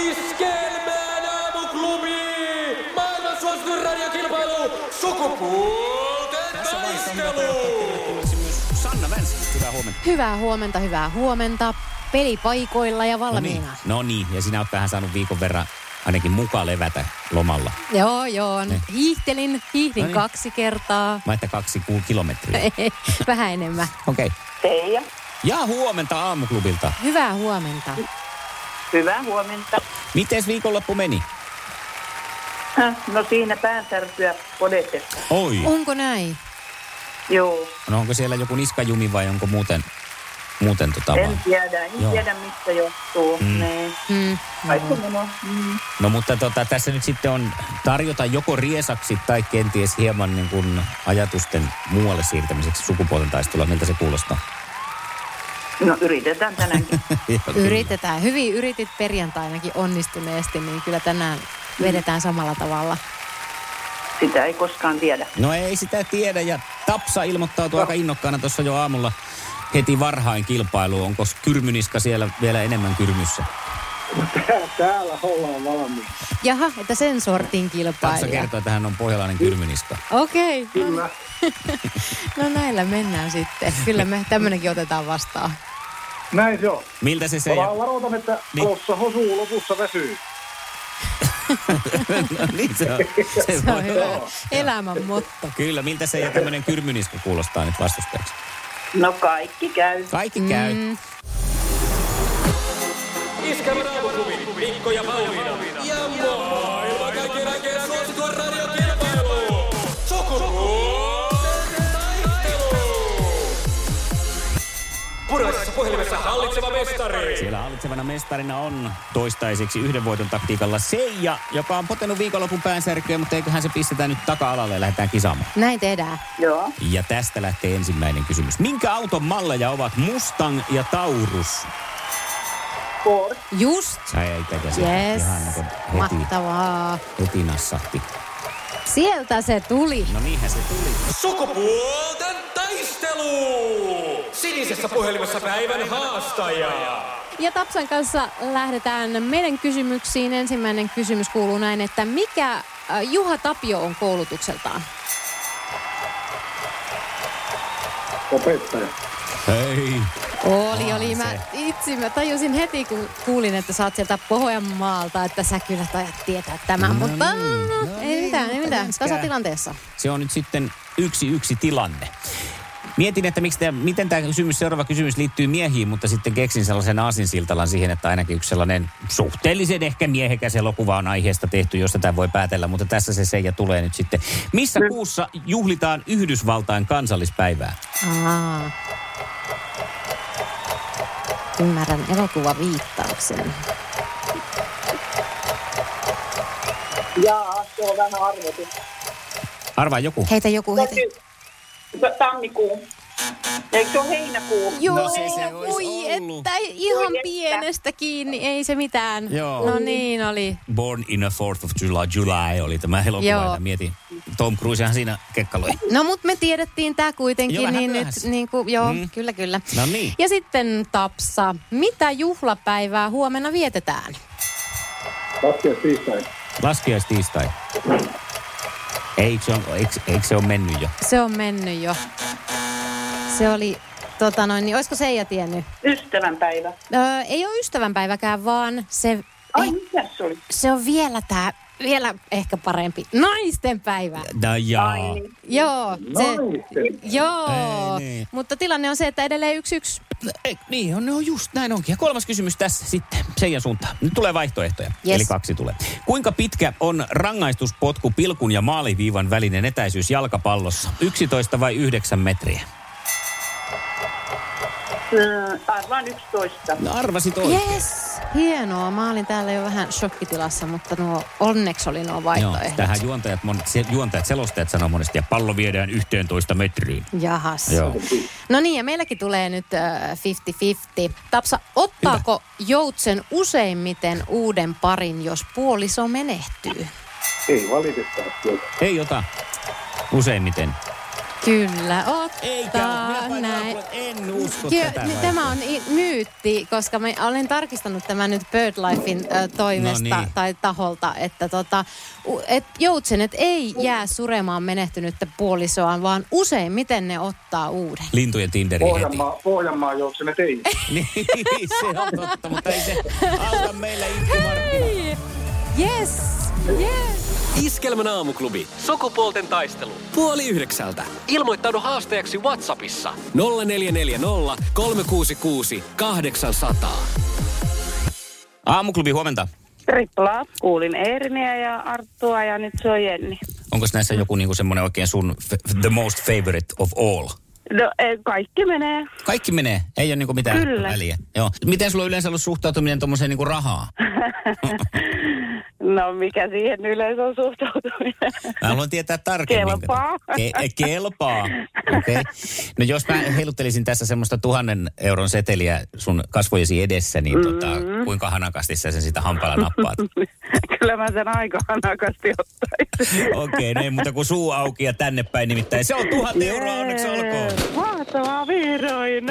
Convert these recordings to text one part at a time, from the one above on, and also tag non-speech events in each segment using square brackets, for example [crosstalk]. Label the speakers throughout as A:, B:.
A: Iskelmään aamuklubi! Maailman suosituin radiokilpailu! Sukupuolten taistelu!
B: Hyvää huomenta, hyvää huomenta. Pelipaikoilla ja
C: No niin,
B: valmiina.
C: no niin, ja sinä oot tähän saanut viikon verran ainakin mukaan levätä lomalla.
B: Joo, joo.
C: Ne.
B: Hiihtelin, hiihdin
C: Eh. No niin.
B: kaksi kertaa. [laughs]
C: Mä että kaksi kuu kilometriä.
B: Vähän enemmän.
C: Okei. Okay.
D: Teija.
C: Ja huomenta aamuklubilta.
B: Hyvää huomenta.
D: Hyvää huomenta. [laughs]
C: Mites viikonloppu meni?
D: Häh, No siinä päänsärkyä podetessa.
C: Oi.
B: Onko näin?
D: Joo,
C: No onko siellä joku niskajumi vai onko muuten, muuten tota
D: en
C: vaan?
D: tiedä. En
C: Joo.
D: tiedä, mistä johtuu. Mm. Niin.
B: Mm.
D: Kaikki minun. Mm.
C: No mutta tota, tässä nyt sitten on tarjota joko riesaksi tai kenties hieman niin kuin ajatusten muualle siirtämiseksi sukupuolten taistelua. Miltä se kuulostaa? [laughs]
D: No yritetään tänäänkin.
C: Joo, kyllä.
B: Yritetään. Hyvin yritit perjantainakin onnistuneesti, niin kyllä tänään vedetään samalla tavalla.
D: Sitä ei koskaan tiedä.
C: No ei sitä tiedä ja Tapsa ilmoittautui aika innokkaana tuossa jo aamulla heti varhain kilpailuun. Onko kyrmyniska siellä vielä enemmän kyrmyssä?
E: Täällä ollaan valmiit.
B: Jaha, että sen sortin
C: Tapsa
B: kilpailija.
C: kertoo, että hän on pohjalainen kyrmyniska.
B: Okei, no,
E: Kyllä.
B: [laughs] no näillä mennään sitten. Kyllä me tämmöinenkin otetaan vastaan.
E: Näin se on.
C: Miltä se se...
E: Mä vaan varoitan, että
C: Niin.
E: niin. alussa hosuu, lopussa väsyy.
C: [laughs] No niin se on.
B: [laughs]
C: Se
B: Se
C: voi
B: on hyvä
C: olla.
B: elämän motto.
C: Kyllä, miltä se ja tämmöinen kyrmyniska kuulostaa nyt vastustajaksi?
D: No kaikki käy.
C: Kaikki käy. Mm.
A: Iskelmän aamuklubi! Mikko ja Pauliina. Ja maailman kaikkien aikeen suosituin radiokilpailu! Sukupuolten taistelu! Puraisessa puhelimessa hallitseva mestari!
C: Siellä hallitsevana mestarina on toistaiseksi yhden voiton taktiikalla Seija, joka on potenut viikonlopun päänsärkyä, mutta eiköhän se pistetä nyt taka-alalle ja lähdetään kisaamaan.
B: Näin tehdään.
D: Joo.
C: Ja tästä lähtee ensimmäinen kysymys. Minkä auton malleja ovat Mustang ja Taurus?
D: Ford.
B: Just.
C: Ai ei tätä se
B: Yes.
C: ihan niin kuin heti,
B: Mahtavaa.
C: heti nassahti.
B: Sieltä se tuli.
C: No niinhän se tuli.
A: Sukupuolten taistelu! Sinisessä puhelimessa päivän haastaja!
B: Ja Tapsan kanssa lähdetään meidän kysymyksiin. Ensimmäinen kysymys kuuluu näin, että mikä äh, Juha Tapio on koulutukseltaan?
E: Opettaja.
C: Hei.
B: Oli, oli.
C: se.
B: Mä itse mä tajusin heti, kun kuulin, että sä oot sieltä Pohjanmaalta, että sä kyllä tajat tietää tämän,
C: No
B: mutta
C: niin, no
B: ei
C: niin,
B: mitään, ei
C: mutta
B: mitään.
C: lenskää.
B: Tasatilanteessa.
C: Se on nyt sitten yksi yksi tilanne. Mietin, että miksi tää, miten tämä kysymys, seuraava kysymys liittyy miehiin, mutta sitten keksin sellaisen aasinsiltalan siihen, että ainakin yksi sellainen suhteellisen ehkä miehekäs elokuva on aiheesta tehty, josta tämä voi päätellä, mutta tässä se Seija tulee nyt sitten. Missä kuussa juhlitaan Yhdysvaltain kansallispäivää?
B: Aa. Ymmärrän elokuvaviittauksen.
D: Jaa, se on vähän arvotus.
C: Arvaa joku.
B: Heitä joku,
C: No
B: heitä.
D: Tammikuun. Eikö se ole heinäkuu?
B: Joo,
C: No se se ois
B: ui,
C: ollut.
B: että ihan
D: Ui, että.
B: pienestä kiinni, ei se mitään.
C: Joo.
B: No niin oli.
C: Born in a Fourth of July, July oli tämä elokuva,
B: Joo.
C: jota mietin. Tom Cruisehan siinä kekkaloi.
B: No mut me tiedettiin tämä kuitenkin,
C: Joo, vähän
B: niin nyt
C: myöhässä.
B: niin kuin, joo,
C: Mm.
B: kyllä kyllä.
C: No niin.
B: Ja sitten Tapsa, mitä juhlapäivää huomenna vietetään?
E: Laskee tiistain.
C: Laskiaistiistai. Ei, se on, eikö, eikö se ole mennyt jo?
B: Se on mennyt jo. Se oli, tota noin, niin olisiko Seija tiennyt?
D: Ystävänpäivä.
B: Öö, ei ole ystävänpäiväkään, vaan se,
D: Ai,
B: eh,
D: mitä se oli?
B: se on vielä tää, vielä ehkä parempi, naisten päivä.
C: No jaa.
B: Joo, se,
E: Naisten.
B: joo.
C: Ei niin.
B: mutta tilanne on se, että edelleen yksi yksi.
C: Ei, niin on, no just näin onkin. Ja kolmas kysymys tässä sitten, Seijan suuntaan. Nyt tulee vaihtoehtoja,
B: Yes.
C: eli kaksi tulee. Kuinka pitkä on rangaistuspotku pilkun ja maaliviivan välinen etäisyys jalkapallossa? 11 vai 9 metriä?
D: Mm, arvaan 11.
C: No arvasit oikein.
B: Yes, hienoa. Mä olin täällä jo vähän shokkitilassa, mutta nuo onneksi oli nuo
C: Joo,
B: vaihtoehdot.
C: tähän juontajat, monet, se- juontajat selostajat sanoo monesti, ja pallo viedään 11 metriin.
B: Jahas.
C: Joo.
B: No niin, ja meilläkin tulee nyt äh, 50-50. Tapsa, ottaako joutsen useimmiten uuden parin, jos puoliso menehtyy?
E: Ei valitettavasti. ole.
C: Ei ota. Useimmiten.
B: Kyllä, ottaa näin.
C: en usko
B: Ky-
C: tätä.
B: niin tämä on i- myytti, koska mä olen tarkistanut tämän nyt BirdLifein ö, toimesta
C: No niin.
B: tai taholta, että tota, u- et joutsenet ei jää suremaan menehtynyttä puolisoaan, vaan useimmiten ne ottaa uuden.
C: Lintujen Tinderi heti.
E: Pohjanmaa, Pohjanmaa joutsenet ei.
C: [laughs] Niin, se on totta, mutta ei se auta meillä itkumarkkinoilla.
B: Yes, yes.
F: Iskelmän aamuklubi. Sukupuolten taistelu.
A: Puoli yhdeksältä.
F: Ilmoittaudu haasteeksi Whatsappissa.
A: 0440 366 800.
C: Aamuklubi, huomenta.
D: Triplaa. Kuulin Eerniä ja Arttua ja nyt se on Jenni.
C: Onko näissä joku niinku semmoinen oikein sun f- the most favorite of all?
D: No, ei, kaikki menee.
C: Kaikki menee, ei ole niinku mitään
D: Kyllä.
C: väliä. Joo. Miten sulla on yleensä ollut suhtautuminen tuommoiseen niinku rahaa?
D: No mikä siihen yleensä on suhtautuminen? [laughs]
C: Mä haluan tietää tarkemmin.
D: Kelpaa.
C: Ke- eh, kelpaa. Okei. Okay. No jos mä heiluttelisin tässä semmoista tuhannen euron seteliä sun kasvojesi edessä, niin
D: Mm-hmm.
C: tota, kuinka hanakasti sä sen sitä hampaalla
D: [laughs]
C: nappaat?
D: Kyllä mä sen aika hanakasti ottaisin.
C: Okei, no ei muuta kuin suu auki ja tänne päin nimittäin. Se on tuhat euroa, onneksi olkoon.
D: Jee, Mahtavaa vihdoin.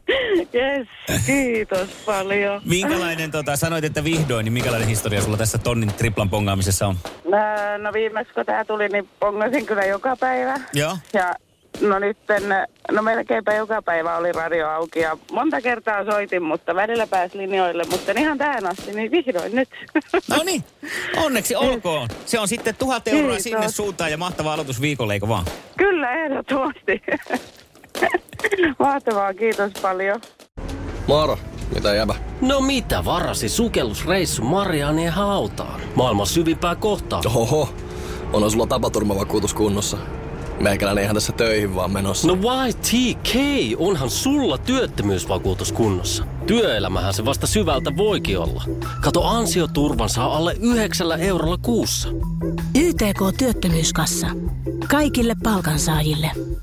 D: [laughs] Jes, kiitos paljon.
C: Minkälainen, tota, sanoit, että vihdoin, niin minkälainen historia sulla tässä tonnin triplan pongaamisessa on?
D: Öö, No viimeksi kun tää tuli, niin pongasin kyllä joka päivä.
C: Joo.
D: Ja no nytten, no melkeinpä joka päivä oli radio auki ja monta kertaa soitin, mutta välillä pääsi linjoille, mutta ihan tähän asti, niin vihdoin nyt. [laughs]
C: No niin, onneksi olkoon. Se on sitten tuhat euroa
D: Kiitos.
C: sinne suuntaan ja mahtava aloitus viikolle, eikö vaan?
D: kyllä, ehdottomasti. [laughs] Mahtavaa, kiitos paljon.
G: Moro, mitä jäbä?
F: No mitä varasi sukellusreissu Marianien hautaan? Maailman syvimpää kohtaa.
G: Oho, onhan sulla tapaturmavakuutus kunnossa. Meikäläinen ihan tässä töihin vaan menossa.
F: No YTK, onhan sulla työttömyysvakuutus kunnossa. Työelämähän se vasta syvältä voikin olla. Kato ansioturvan saa alle 9 eurolla kuussa.
H: YTK Työttömyyskassa. Kaikille palkansaajille.